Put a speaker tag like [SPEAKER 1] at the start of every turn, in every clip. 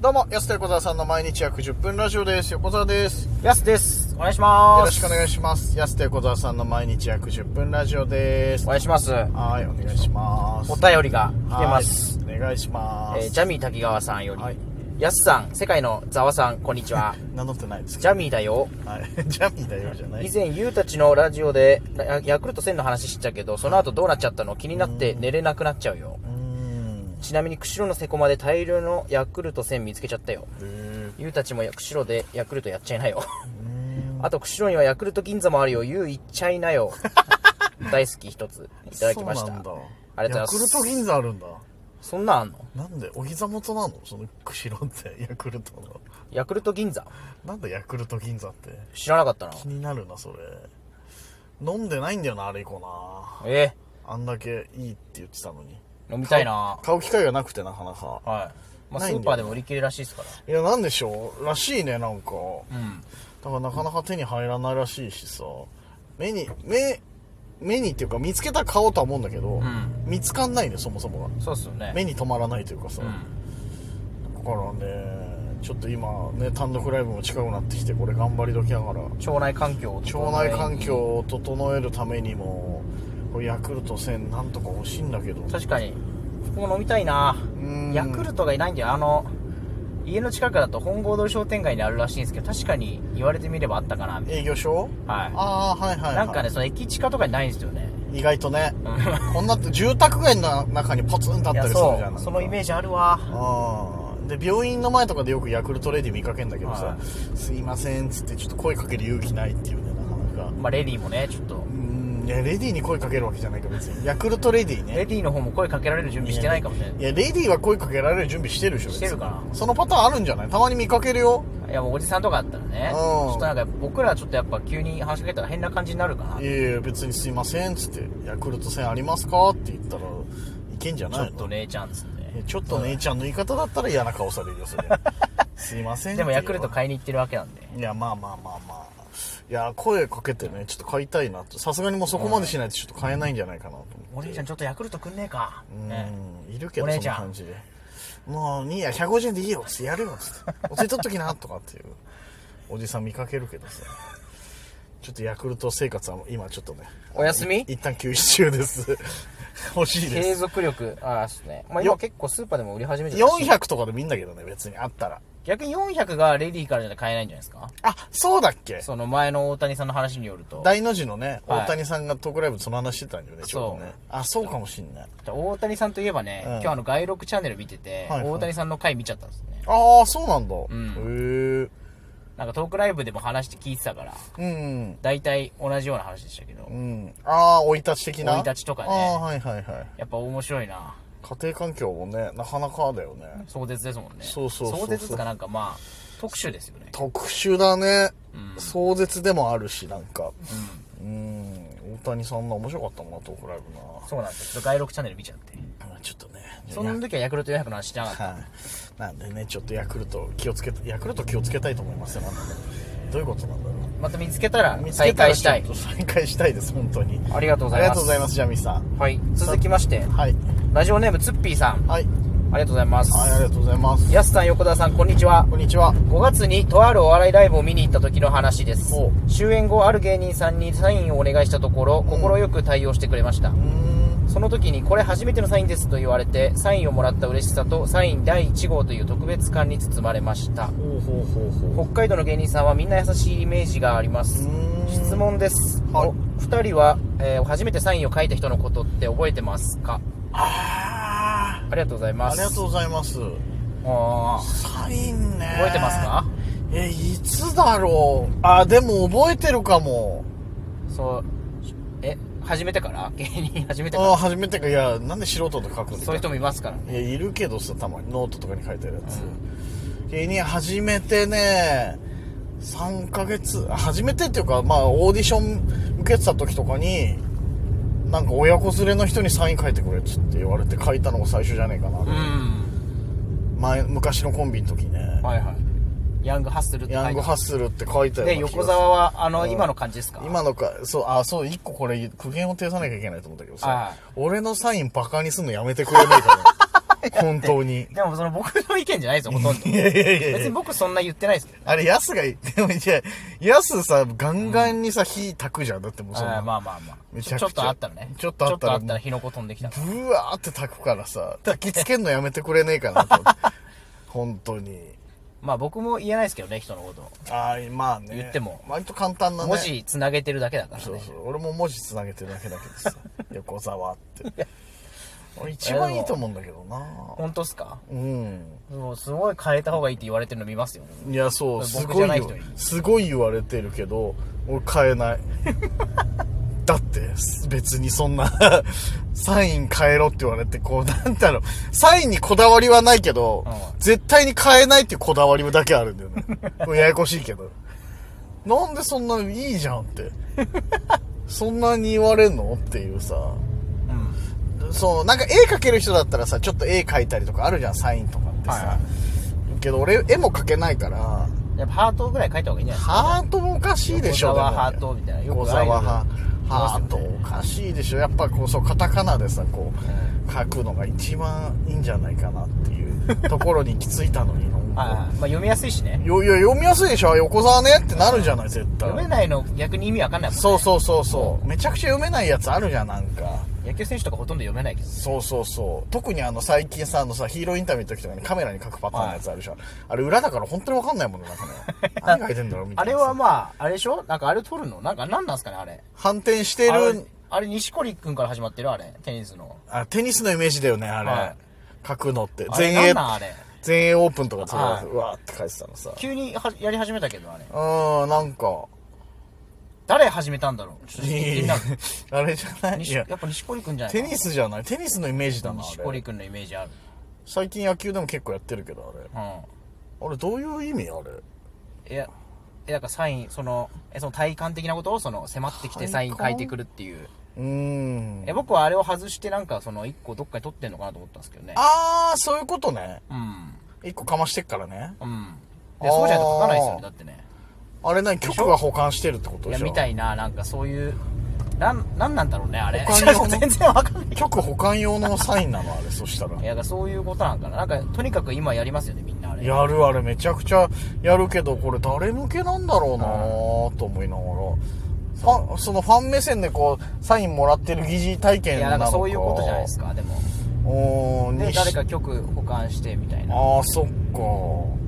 [SPEAKER 1] どうも、安田横澤さんの毎日約10分ラジオです。横澤です。よ
[SPEAKER 2] やすです。お願いします。
[SPEAKER 1] ろしくお願い
[SPEAKER 2] し
[SPEAKER 1] します。安田横澤さんの毎日約10分ラジオです。
[SPEAKER 2] お
[SPEAKER 1] は
[SPEAKER 2] 願いします。
[SPEAKER 1] い、お願いします。
[SPEAKER 2] お便りが来てます。
[SPEAKER 1] はい。お願いしま
[SPEAKER 2] え
[SPEAKER 1] す。
[SPEAKER 2] ージャミー滝川さんより、
[SPEAKER 1] はい
[SPEAKER 2] やすさん、世界のざわさん、こんにちは。
[SPEAKER 1] 名乗ってないですけ
[SPEAKER 2] ジャミーだよ。
[SPEAKER 1] ど。はい。 ジャミーだよじゃない。
[SPEAKER 2] 以前、ゆうたちのラジオで、ヤヤクルト1000の話したけど、その後どうなっちゃったの気になって寝れなくなっちゃうよ。
[SPEAKER 1] うーん。
[SPEAKER 2] ちなみに、釧路のセコまで大量のヤクルト1000見つけちゃったよ。
[SPEAKER 1] え
[SPEAKER 2] ゆうたちも釧路でヤクルトやっちゃいなよ。
[SPEAKER 1] ーうーん
[SPEAKER 2] あと、釧路にはヤクルト銀座もあるよ。ゆういっちゃい なよ。大好き一つ、いただきました。
[SPEAKER 1] そうなんだ。
[SPEAKER 2] ありがとうございます
[SPEAKER 1] ヤクルト銀座あるんだ。
[SPEAKER 2] そんなんあんの
[SPEAKER 1] なんで、お膝元なのその釧路って、 ヤクルトの。
[SPEAKER 2] ヤクルト銀座
[SPEAKER 1] なんでヤクルト銀座って。
[SPEAKER 2] 知らなかったな。
[SPEAKER 1] 気になるなそれ飲んでないんだよなあれ以降な
[SPEAKER 2] え
[SPEAKER 1] あんだけいいって言ってたのに
[SPEAKER 2] 飲みたいな
[SPEAKER 1] 買う機会がなくてなかなか
[SPEAKER 2] はい。まあ、
[SPEAKER 1] ないんだ
[SPEAKER 2] ス
[SPEAKER 1] よ
[SPEAKER 2] ーパーでも売り切れらしいですから。
[SPEAKER 1] いやなんでしょうらしいねなんか
[SPEAKER 2] うん。
[SPEAKER 1] だからなかなか手に入らないらしいしさ目に目目にっていうか見つけたら買おうとは思うんだけど、
[SPEAKER 2] ん
[SPEAKER 1] 見つかんないねそもそもが
[SPEAKER 2] そうっすよね。
[SPEAKER 1] 目に留まらないというかさ、
[SPEAKER 2] うん。
[SPEAKER 1] だからねちょっと今ね単独ライブも近くなってきてこれ頑張り時だから
[SPEAKER 2] 腸内環境を整
[SPEAKER 1] 腸
[SPEAKER 2] え
[SPEAKER 1] 内
[SPEAKER 2] に
[SPEAKER 1] 環境。を整えるためにもこれヤクルト1000なんとか欲しいんだけど
[SPEAKER 2] 確かに。ここも飲みたいな
[SPEAKER 1] うん
[SPEAKER 2] ヤクルトがいないんだよ。あの、家の近くだと本郷通り商店街にあるらしいんですけど、確かに言われてみればあったかな、みたい
[SPEAKER 1] 営業証
[SPEAKER 2] な。は。
[SPEAKER 1] ああはいはいい、
[SPEAKER 2] なんかね、その駅近とかにないんですよね。
[SPEAKER 1] 意外とね
[SPEAKER 2] うん
[SPEAKER 1] こんなって住宅街の中にポツンとあった
[SPEAKER 2] いや、
[SPEAKER 1] りするじゃん
[SPEAKER 2] そ
[SPEAKER 1] なん
[SPEAKER 2] う。
[SPEAKER 1] か
[SPEAKER 2] そのイメージあるわ。
[SPEAKER 1] ああで病院の前とかでよくヤクルトレディ見かけんだけどさ
[SPEAKER 2] は
[SPEAKER 1] 「すいません」っつってちょっと声かける勇気ないっていうねなかなか
[SPEAKER 2] まあ、レディーもね、ちょっと
[SPEAKER 1] う。んいやレディに声かけるわけじゃないけど別 にヤクルトレディね
[SPEAKER 2] レディーの方も声かけられる準備してないかもしれない
[SPEAKER 1] い。やレディは声かけられる準備してるでしょ別に
[SPEAKER 2] してるかな
[SPEAKER 1] そのパターンあるんじゃないたまに見かけるよ
[SPEAKER 2] いや、もうおじさんとかだったらね、
[SPEAKER 1] うん
[SPEAKER 2] ちょっとなんか僕らちょっとやっぱ急に話しかけたら変な感じになるかな。
[SPEAKER 1] いやいや別にすいませんっつって「ヤクルト1000ありますか?」って言ったらいけんじゃ
[SPEAKER 2] ちょ
[SPEAKER 1] ない
[SPEAKER 2] っ
[SPEAKER 1] の
[SPEAKER 2] と姉ちゃんっつって
[SPEAKER 1] え
[SPEAKER 2] ね。
[SPEAKER 1] ちょっと姉ちゃんの言い方だったら嫌な顔されるよそ れすいませんって言
[SPEAKER 2] で
[SPEAKER 1] う
[SPEAKER 2] も
[SPEAKER 1] わ
[SPEAKER 2] ヤクルト買いに行ってるわけなんで。
[SPEAKER 1] いやまあまあまあまあいや声かけてねちょっと買いたいなとさすがにもうそこまでしないとちょっと買えないんじゃないかなと思って
[SPEAKER 2] お姉ちゃんちょっとヤクルトくんねえか。ね
[SPEAKER 1] うんいるけど
[SPEAKER 2] お
[SPEAKER 1] そ
[SPEAKER 2] 姉
[SPEAKER 1] ん
[SPEAKER 2] ちゃ
[SPEAKER 1] なん感じでもういいや150円でいいよっつってやるよっつってお釣り取っときなとかっていうおじさん見かけるけどさちょっとヤクルト生活は今ちょっとね
[SPEAKER 2] お休み
[SPEAKER 1] 一旦休止中です 欲しいです
[SPEAKER 2] 継続力、ああ、そうね。まあ
[SPEAKER 1] よ
[SPEAKER 2] 今結構スーパーでも売り始めてるらしい。
[SPEAKER 1] 400とかでもいいんだけどね別にあったら
[SPEAKER 2] 逆に400がレディーからじゃ買えないんじゃないですか
[SPEAKER 1] あそうだっけ
[SPEAKER 2] その前の大谷さんの話によると。
[SPEAKER 1] 大の字のね
[SPEAKER 2] はい
[SPEAKER 1] 大谷さんがトークライブその話してたんだよねちょうどね
[SPEAKER 2] そう
[SPEAKER 1] あそうかもしんない
[SPEAKER 2] 大谷さんといえばね、
[SPEAKER 1] うん
[SPEAKER 2] 今日あの外録チャンネル見てて、
[SPEAKER 1] はいはい
[SPEAKER 2] 大谷さんの回見ちゃったんですね。
[SPEAKER 1] ああそうなんだ、へえ
[SPEAKER 2] なんかトークライブでも話して聞いてたから、
[SPEAKER 1] うん
[SPEAKER 2] 大体同じような話でしたけど
[SPEAKER 1] う、んああ生い立ち的な
[SPEAKER 2] 生い立ちとかね
[SPEAKER 1] ああはいはいはい
[SPEAKER 2] やっぱ面白いな。
[SPEAKER 1] 家庭環境もねなかなかだよね
[SPEAKER 2] 壮絶ですもんね
[SPEAKER 1] そうそうそうそう
[SPEAKER 2] 壮絶とかなんかまあ特殊ですよね
[SPEAKER 1] 特殊だね、
[SPEAKER 2] うん
[SPEAKER 1] 壮絶でもあるしなんかうん大谷さんの面白かったもんなトークライブ
[SPEAKER 2] そうなんですよ外録チャンネル見ちゃって
[SPEAKER 1] なちょっとね
[SPEAKER 2] その時はヤクルト400の話しなかった
[SPEAKER 1] はい、なんでねちょっとヤクルト気をつけヤクルト気をつけたいと思いますよなんかねどういうことなんだろ
[SPEAKER 2] また見つけたら
[SPEAKER 1] う見つけ
[SPEAKER 2] 再
[SPEAKER 1] たら
[SPEAKER 2] 開
[SPEAKER 1] ち
[SPEAKER 2] し
[SPEAKER 1] ょ
[SPEAKER 2] た
[SPEAKER 1] っ
[SPEAKER 2] い
[SPEAKER 1] と再開したいです本当に
[SPEAKER 2] ありがとうご
[SPEAKER 1] あ
[SPEAKER 2] ざ
[SPEAKER 1] り
[SPEAKER 2] います
[SPEAKER 1] がとうございますジャミーさん
[SPEAKER 2] はい続きまして
[SPEAKER 1] はい
[SPEAKER 2] ラジオネームツッピーさんあ
[SPEAKER 1] はい、
[SPEAKER 2] りがとうございます
[SPEAKER 1] はい、ありがとうございます
[SPEAKER 2] やすさん横田さんこんにちは
[SPEAKER 1] こんにちは
[SPEAKER 2] 5月にとあるお笑いライブを見に行った時の話です
[SPEAKER 1] お
[SPEAKER 2] 終演後ある芸人さんにサインをお願いしたところ
[SPEAKER 1] ん
[SPEAKER 2] 快く対応してくれました、
[SPEAKER 1] うーん
[SPEAKER 2] その時にこれ初めてのサインですと言われて、サインをもらった嬉しさと、サイン第1号という特別感に包まれました。
[SPEAKER 1] ほうほうほうほう
[SPEAKER 2] 北海道の芸人さんはみんな優しいイメージがあります
[SPEAKER 1] う。ーん
[SPEAKER 2] 質問です。
[SPEAKER 1] はい
[SPEAKER 2] お二人は、えー初めてサインを書いた人のことって覚えてますか
[SPEAKER 1] あ
[SPEAKER 2] ありがとうござい
[SPEAKER 1] あ
[SPEAKER 2] ま
[SPEAKER 1] あ
[SPEAKER 2] す。
[SPEAKER 1] りがとうございます
[SPEAKER 2] う。あ
[SPEAKER 1] サインね
[SPEAKER 2] ー覚えてますか
[SPEAKER 1] えいつだろうあでも覚えてるかも
[SPEAKER 2] そう。え、初めてから 芸人初めてか
[SPEAKER 1] ああ
[SPEAKER 2] ら
[SPEAKER 1] 初めてかいやなんで素人と書くんだ
[SPEAKER 2] そういう人もいますからね。
[SPEAKER 1] いやいるけどさたまにノートとかに書いてあるやつ、芸人始めてね3ヶ月あ初めてっていうかまあオーディション受けてた時とかになんか親子連れの人にサイン書いてくれっつって言われて書いたのが最初じゃねえかな、
[SPEAKER 2] うん。
[SPEAKER 1] 前昔のコンビの時ね、
[SPEAKER 2] はいはい。ヤングハッスルって書いてあ
[SPEAKER 1] ヤン
[SPEAKER 2] る
[SPEAKER 1] グハッスルって書いたような
[SPEAKER 2] で、
[SPEAKER 1] 気がする
[SPEAKER 2] 横澤は、あ
[SPEAKER 1] う
[SPEAKER 2] の、
[SPEAKER 1] ん
[SPEAKER 2] 今の感じですか
[SPEAKER 1] 今のかそうあそう一個これ苦言を呈さなきゃいけないと思ったけどさ
[SPEAKER 2] はい
[SPEAKER 1] 俺のサインバカにすんのやめてくれないか 本当に。
[SPEAKER 2] でもその僕の意見じゃないですよ、ほとんど。
[SPEAKER 1] いやいやいやいや
[SPEAKER 2] 別に僕そんな言ってないですけど。
[SPEAKER 1] あれ、ヤスが、でもいや、ヤスさ、ガンガンにさ、火焚くじゃん。だってもうそ
[SPEAKER 2] あー
[SPEAKER 1] の、
[SPEAKER 2] まあまあまあ。
[SPEAKER 1] め
[SPEAKER 2] ち
[SPEAKER 1] ち
[SPEAKER 2] ょ
[SPEAKER 1] ゃくちゃ
[SPEAKER 2] っとあったらね。
[SPEAKER 1] ちょっとあったら
[SPEAKER 2] ちょっとあったら火の粉飛んできた。
[SPEAKER 1] ブワーって焚くから さ、焚きつけんのやめてくれねえかなと思って。 本当に。
[SPEAKER 2] まあ僕も言えないですけどね、人のこと。
[SPEAKER 1] ああ、まあね。
[SPEAKER 2] 言っても
[SPEAKER 1] 割と簡単なね。
[SPEAKER 2] 文字繋げてるだけだから
[SPEAKER 1] そう
[SPEAKER 2] ね。
[SPEAKER 1] そう。俺も文字つなげてるだけだけど さ。横沢って。俺一番いいと思うんだけどな。
[SPEAKER 2] 本当っすか
[SPEAKER 1] うん。
[SPEAKER 2] そうすごい変えた方がいいって言われてるの見ますよ。
[SPEAKER 1] いや、そう、す
[SPEAKER 2] 僕じ
[SPEAKER 1] ご
[SPEAKER 2] ゃ
[SPEAKER 1] い
[SPEAKER 2] ない
[SPEAKER 1] よ
[SPEAKER 2] 人に
[SPEAKER 1] すごい言われてるけど、俺変え ない。だって、別にそんな、サイン変えろって言われて、こう、なんだろう、サインにこだわりはないけど、
[SPEAKER 2] うん
[SPEAKER 1] 絶対に変えないっていうこだわりだけあるんだよ ね。これややこしいけど。なんでそんなのいいじゃんって。そんなに言われんのっていうさ。
[SPEAKER 2] うん。
[SPEAKER 1] そう、なんか絵描ける人だったらさ、ちょっと絵描いたりとかあるじゃん、サインとかってさ。
[SPEAKER 2] はいは
[SPEAKER 1] けど俺、絵も描けないから、
[SPEAKER 2] やっぱハートぐらい書いた方がいいんじゃないですか
[SPEAKER 1] ハートもおかしいでしょ、
[SPEAKER 2] 横
[SPEAKER 1] でも
[SPEAKER 2] 沢ハートみたいなよく
[SPEAKER 1] 横沢ハハ
[SPEAKER 2] アイ
[SPEAKER 1] ー
[SPEAKER 2] ド
[SPEAKER 1] ト
[SPEAKER 2] ル
[SPEAKER 1] おかしいでしょ。やっぱこう、そう、カタカナでさ、こう、書くのが一番いいんじゃないかなって いうところに行き着いたのに、本当
[SPEAKER 2] はいはいまあ読みやすいしね。
[SPEAKER 1] よいや読みやすいでしょ、横沢ねってなるじゃない、絶対。
[SPEAKER 2] 読めないの逆に意味わかんないもんね
[SPEAKER 1] そうそうそうそう。めちゃくちゃ読めないやつあるじゃん、なんか。
[SPEAKER 2] 野球選手とかほとんど読めないけど。
[SPEAKER 1] そうそうそう。特にあの最近さ、あのさ、ヒーローインタビューの時とかにカメラに書くパターンのやつあるでしょ。あれ裏だから本当にわかんないもんね、なんかね。 何書いてんだろうみた
[SPEAKER 2] あ
[SPEAKER 1] いな
[SPEAKER 2] れ
[SPEAKER 1] さ。
[SPEAKER 2] はまあ、あれでしょなんかあれ取るのなんか何なんすかねあれ。
[SPEAKER 1] 反転して
[SPEAKER 2] あれ
[SPEAKER 1] る、、
[SPEAKER 2] あれ西堀くんから始まってるあれ、テニスの。
[SPEAKER 1] あ、テニスのイメージだよね、あれ。
[SPEAKER 2] はい
[SPEAKER 1] 書くのって。
[SPEAKER 2] あれ
[SPEAKER 1] 全英
[SPEAKER 2] なんなんあれ、
[SPEAKER 1] 全英オープンとかそう
[SPEAKER 2] はいう
[SPEAKER 1] わーって書いてたのさ。
[SPEAKER 2] 急にはやり始めたけどあれ。
[SPEAKER 1] うーん、なんか、
[SPEAKER 2] 誰始めたんだろうちょっと気になる。
[SPEAKER 1] あれじゃないい
[SPEAKER 2] 西や
[SPEAKER 1] や
[SPEAKER 2] っ、ぱ西堀くんじゃない
[SPEAKER 1] テニスじゃないテニスのイメージだな、
[SPEAKER 2] 西
[SPEAKER 1] あれ
[SPEAKER 2] 堀。くんのイメージある。
[SPEAKER 1] 最近野球でも結構やってるけど、あれ。
[SPEAKER 2] う
[SPEAKER 1] あれ、どういう意味あれ。
[SPEAKER 2] ん。いや、いやだからサイン、その、えその体感的なことをその迫ってきてサイン書いてくるっていう。
[SPEAKER 1] うーん
[SPEAKER 2] え。僕はあれを外してなんかその一個どっかに取ってんのかなと思ったんですけどね。
[SPEAKER 1] あー、そういうことね。
[SPEAKER 2] うん。
[SPEAKER 1] 一個かましてっからね。
[SPEAKER 2] うん。で、そうじゃないと書かないですよ
[SPEAKER 1] あ
[SPEAKER 2] ね、
[SPEAKER 1] ー
[SPEAKER 2] だってね。
[SPEAKER 1] あれ何局が保管してるってこと
[SPEAKER 2] い
[SPEAKER 1] で
[SPEAKER 2] や、
[SPEAKER 1] しょ
[SPEAKER 2] みたいな、なんかそういう、なん、なんなんだろうね、あれ。
[SPEAKER 1] お金 を
[SPEAKER 2] 全然わかんないけど。
[SPEAKER 1] 局保管用のサインなのあれ、そしたら
[SPEAKER 2] い。や、だからそういうことなんかな。なんか、とにかく今やりますよね、みんなあれ。
[SPEAKER 1] やるあれめちゃくちゃやるけど、これ誰向けなんだろうなぁと思いながら。ファン、そのファン目線でこう、サインもらってる疑似体
[SPEAKER 2] い
[SPEAKER 1] 験な
[SPEAKER 2] や、なん
[SPEAKER 1] の
[SPEAKER 2] か
[SPEAKER 1] か。
[SPEAKER 2] そういうことじゃないですか、でも。
[SPEAKER 1] おー
[SPEAKER 2] で、
[SPEAKER 1] にし
[SPEAKER 2] 誰か曲保管して、みたいな。
[SPEAKER 1] ああ、そっか。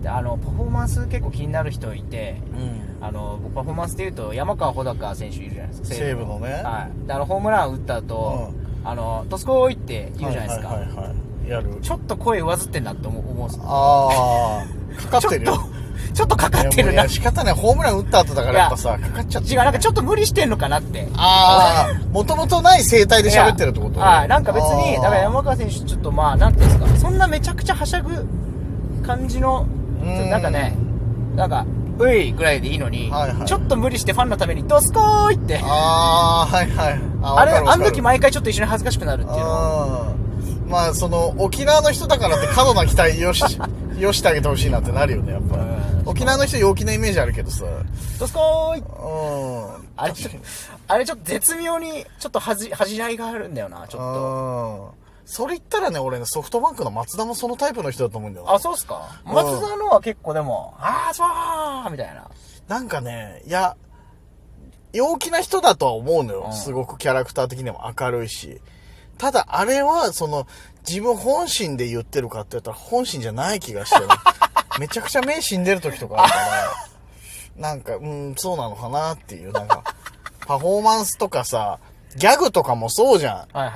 [SPEAKER 2] で、あの、パフォーマンス結構気になる人いて、
[SPEAKER 1] うん。
[SPEAKER 2] あの、僕パフォーマンスで言うと、山川穂高選手いるじゃないですか。
[SPEAKER 1] 西武のね。
[SPEAKER 2] はい。で、あの、ホームラン打った後、あの、どすこーいって言うじゃないですか。
[SPEAKER 1] はいはいはいはい。やる。
[SPEAKER 2] ちょっと声上ずってんなって思う、思うんですよ
[SPEAKER 1] ああ、かかってる
[SPEAKER 2] ちょ
[SPEAKER 1] よ
[SPEAKER 2] っ。と、ちょっとかかってる
[SPEAKER 1] い
[SPEAKER 2] な
[SPEAKER 1] やもういや。仕方ない。ホームラン打った後だからやっぱさ、かかっちゃってる
[SPEAKER 2] 違う、
[SPEAKER 1] ね
[SPEAKER 2] なんかちょっと無理してんのかなって。
[SPEAKER 1] ああ、もともとない生態で喋ってるってこと
[SPEAKER 2] はい。なんか別に、だから
[SPEAKER 1] あ
[SPEAKER 2] 山川選手、ちょっとまあ、なんていうんですか、そんなめちゃくちゃはしゃぐ感じの、
[SPEAKER 1] ん
[SPEAKER 2] なんかね、なんか、ういぐらいでいいのに、
[SPEAKER 1] はいはい
[SPEAKER 2] ちょっと無理してファンのために、どすこーいって
[SPEAKER 1] ー、あー、はいはい。
[SPEAKER 2] あれ、あの時
[SPEAKER 1] っ
[SPEAKER 2] 毎回ちょっと一緒に恥ずかしくなるっていうの。
[SPEAKER 1] まあ、その、沖縄の人だからって過度な期待 よし、よしてあげてほしいなってなるよね、やっぱ
[SPEAKER 2] う。
[SPEAKER 1] 沖縄の人陽気なイメージあるけどさ。
[SPEAKER 2] どすこーい
[SPEAKER 1] うん。
[SPEAKER 2] あれちょっと、あれちょっと絶妙に、ちょっと恥じ、恥じらいがあるんだよな、ちょっと。
[SPEAKER 1] うん。それ言ったらね、俺ね、ソフトバンクの松田もそのタイプの人だと思うんだよな
[SPEAKER 2] あ、そうっすか松田のは結構でも、あー、そうーみたいな。
[SPEAKER 1] なんかね、いや、陽気な人だとは思うのよ。
[SPEAKER 2] うん
[SPEAKER 1] すごくキャラクター的にも明るいし。ただ、あれは、その、自分本心で言ってるかって言ったら本心じゃない気がして る。めちゃくちゃ目死んでる時とかあるから、なんか、うん、そうなのかなっていう、なんか、パフォーマンスとかさ、ギャグとかもそうじゃん。
[SPEAKER 2] はいはい。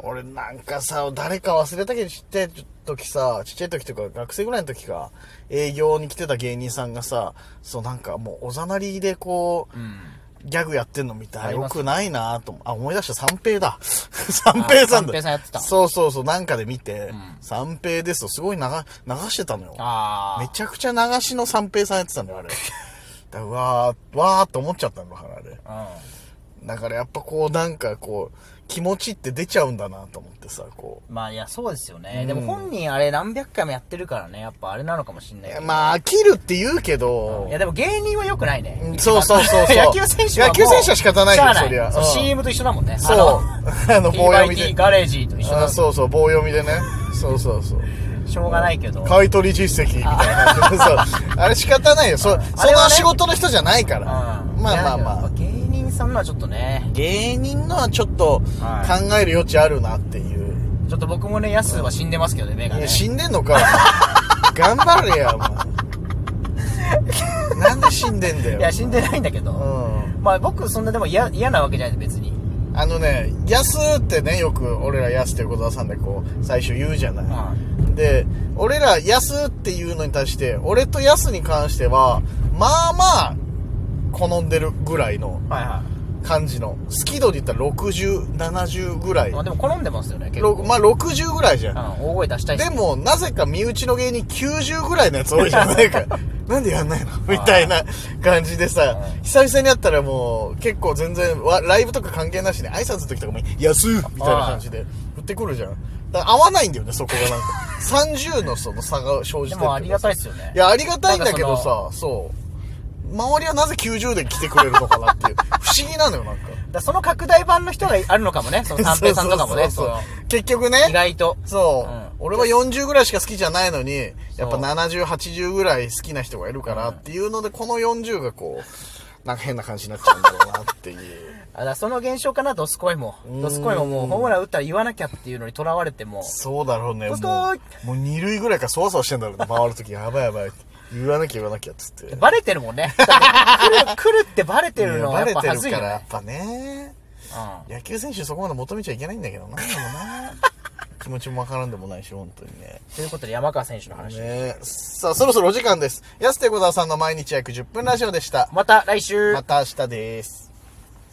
[SPEAKER 1] 俺なんかさ、誰か忘れたけどちっちゃい時さ、ちっちゃい時とか学生ぐらいの時か、営業に来てた芸人さんがさ、そうなんかもうおざなりでこう、
[SPEAKER 2] うん。
[SPEAKER 1] ギャグやってんの見た
[SPEAKER 2] あ
[SPEAKER 1] ら
[SPEAKER 2] り
[SPEAKER 1] よ
[SPEAKER 2] ます
[SPEAKER 1] くないなと思あ、思い出した、三平だ。 三平さんだ。
[SPEAKER 2] あ三平さんやってた
[SPEAKER 1] そうそうそう、なんかで見て、
[SPEAKER 2] ん
[SPEAKER 1] 三平ですとすごい流流してたのよ。
[SPEAKER 2] あー。
[SPEAKER 1] めちゃくちゃ流しの三平さんやってたのよ、あれ。だからうわー、わーって思っちゃったのかな、あれ。
[SPEAKER 2] う
[SPEAKER 1] だからやっぱこうなんかこう、気持ちって出ちゃうんだなと思ってさ、こう。
[SPEAKER 2] ん。まあいや、そうですよね。でも本人あれ何百回もやってるからね、やっぱあれなのかもしんないけど。
[SPEAKER 1] まあ、飽きるって言うけど
[SPEAKER 2] い、やでも芸人は良くないね
[SPEAKER 1] うん。そうそうそうそう
[SPEAKER 2] 野球選手はも う。
[SPEAKER 1] 野球選手は仕方ないよ
[SPEAKER 2] しゃあ
[SPEAKER 1] そりゃ
[SPEAKER 2] そう
[SPEAKER 1] うん
[SPEAKER 2] CM と一緒だもん ね。
[SPEAKER 1] そう、あの、棒
[SPEAKER 2] 棒
[SPEAKER 1] 読
[SPEAKER 2] 読
[SPEAKER 1] み
[SPEAKER 2] み
[SPEAKER 1] で。
[SPEAKER 2] ガレージと一緒だ
[SPEAKER 1] あそうそう、棒読みでね。そうそうそう
[SPEAKER 2] しょうがないけど
[SPEAKER 1] 買い取り実績みたい なそうあれ仕方ないよそ
[SPEAKER 2] ああ
[SPEAKER 1] そ
[SPEAKER 2] れは
[SPEAKER 1] の
[SPEAKER 2] ね
[SPEAKER 1] 仕事の人じゃないから
[SPEAKER 2] うん
[SPEAKER 1] まあまあ
[SPEAKER 2] いやや
[SPEAKER 1] ま
[SPEAKER 2] っ
[SPEAKER 1] あ
[SPEAKER 2] ぱ芸人さんのはちょっとね
[SPEAKER 1] 芸人のはちょっと考
[SPEAKER 2] は
[SPEAKER 1] える余地あるなっていう、
[SPEAKER 2] ちょっと僕もねヤスは死んでますけどね目が
[SPEAKER 1] い
[SPEAKER 2] ね
[SPEAKER 1] や死んでんのか頑張れやお前なんで死んでんだよ
[SPEAKER 2] いや死んでないんだけ
[SPEAKER 1] う
[SPEAKER 2] ど、
[SPEAKER 1] ん
[SPEAKER 2] まあ僕そんなでも嫌嫌なわけじゃない別に
[SPEAKER 1] あのね「安」ってねよく俺ら「安」って横澤さんでこう最初言うじゃない、
[SPEAKER 2] は
[SPEAKER 1] で俺ら「安」っていうのに対して俺と「安」に関してはまあまあ好んでるぐらいの
[SPEAKER 2] はいは
[SPEAKER 1] 感じの好き度で言ったら6070ぐらい
[SPEAKER 2] いまあでも好んでますよね結
[SPEAKER 1] ろ
[SPEAKER 2] 構、
[SPEAKER 1] まあ60ぐらいじゃん
[SPEAKER 2] うん、大声出したいし
[SPEAKER 1] でも、なぜか身内の芸人90ぐらいのやつ多いじゃない か。なんでやんないの みたいな感じでさ
[SPEAKER 2] う、
[SPEAKER 1] 久々に会ったらもう、結構全然わ、ライブとか関係なしで、挨拶の時とかも、安っみたいな感じで、振ってくるじゃん。だから合わないんだよね、そこが なんか。30のその差が生じて
[SPEAKER 2] で
[SPEAKER 1] るっていう
[SPEAKER 2] も
[SPEAKER 1] か
[SPEAKER 2] ありがたいですよね
[SPEAKER 1] いや、ありがたいんだけど
[SPEAKER 2] なん
[SPEAKER 1] さ、そう。周りはなぜ90で来てくれるのかなっていう、不思議なのよ、なんか。
[SPEAKER 2] だからその拡大版の人があるのかもね その 三平さんとかも
[SPEAKER 1] そ
[SPEAKER 2] ね
[SPEAKER 1] そ
[SPEAKER 2] そう
[SPEAKER 1] う
[SPEAKER 2] の
[SPEAKER 1] そう結局ね。
[SPEAKER 2] 意外と
[SPEAKER 1] そう、
[SPEAKER 2] うん
[SPEAKER 1] 俺は40ぐらいしか好きじゃないのに、やっぱ
[SPEAKER 2] そう
[SPEAKER 1] 70,80ぐらい好きな人がいるからっていうので、この40がこう、なんか変な感じになっちゃうんだろうなっていう。
[SPEAKER 2] あだからその現象かなドスコイも
[SPEAKER 1] ん
[SPEAKER 2] ドスコイももうホームラン打ったら言わなきゃっていうのにとらわれても
[SPEAKER 1] そうだろうね。も
[SPEAKER 2] ど
[SPEAKER 1] う
[SPEAKER 2] すこい
[SPEAKER 1] もう2塁ぐらいからそわそわしてんだろうね。回るとき、やばいやばいって。言わなきゃ言わなきゃっつって。
[SPEAKER 2] バレてるもんねだって来る来るってバレてるの
[SPEAKER 1] いや
[SPEAKER 2] は
[SPEAKER 1] バ
[SPEAKER 2] や
[SPEAKER 1] レ
[SPEAKER 2] っぱ
[SPEAKER 1] て
[SPEAKER 2] 恥
[SPEAKER 1] る
[SPEAKER 2] ず
[SPEAKER 1] か
[SPEAKER 2] いよ
[SPEAKER 1] ら、や
[SPEAKER 2] ね
[SPEAKER 1] っぱね。
[SPEAKER 2] う
[SPEAKER 1] 野球選手そこまで求めちゃいけないんだけどな。でも な気持ちもわからんでもないし、本当にね。
[SPEAKER 2] んということで山川選手の話
[SPEAKER 1] ねさあ、そろそろお時間です。安手小沢さんの毎日約10分ラジオでした。
[SPEAKER 2] また来週
[SPEAKER 1] また明日です。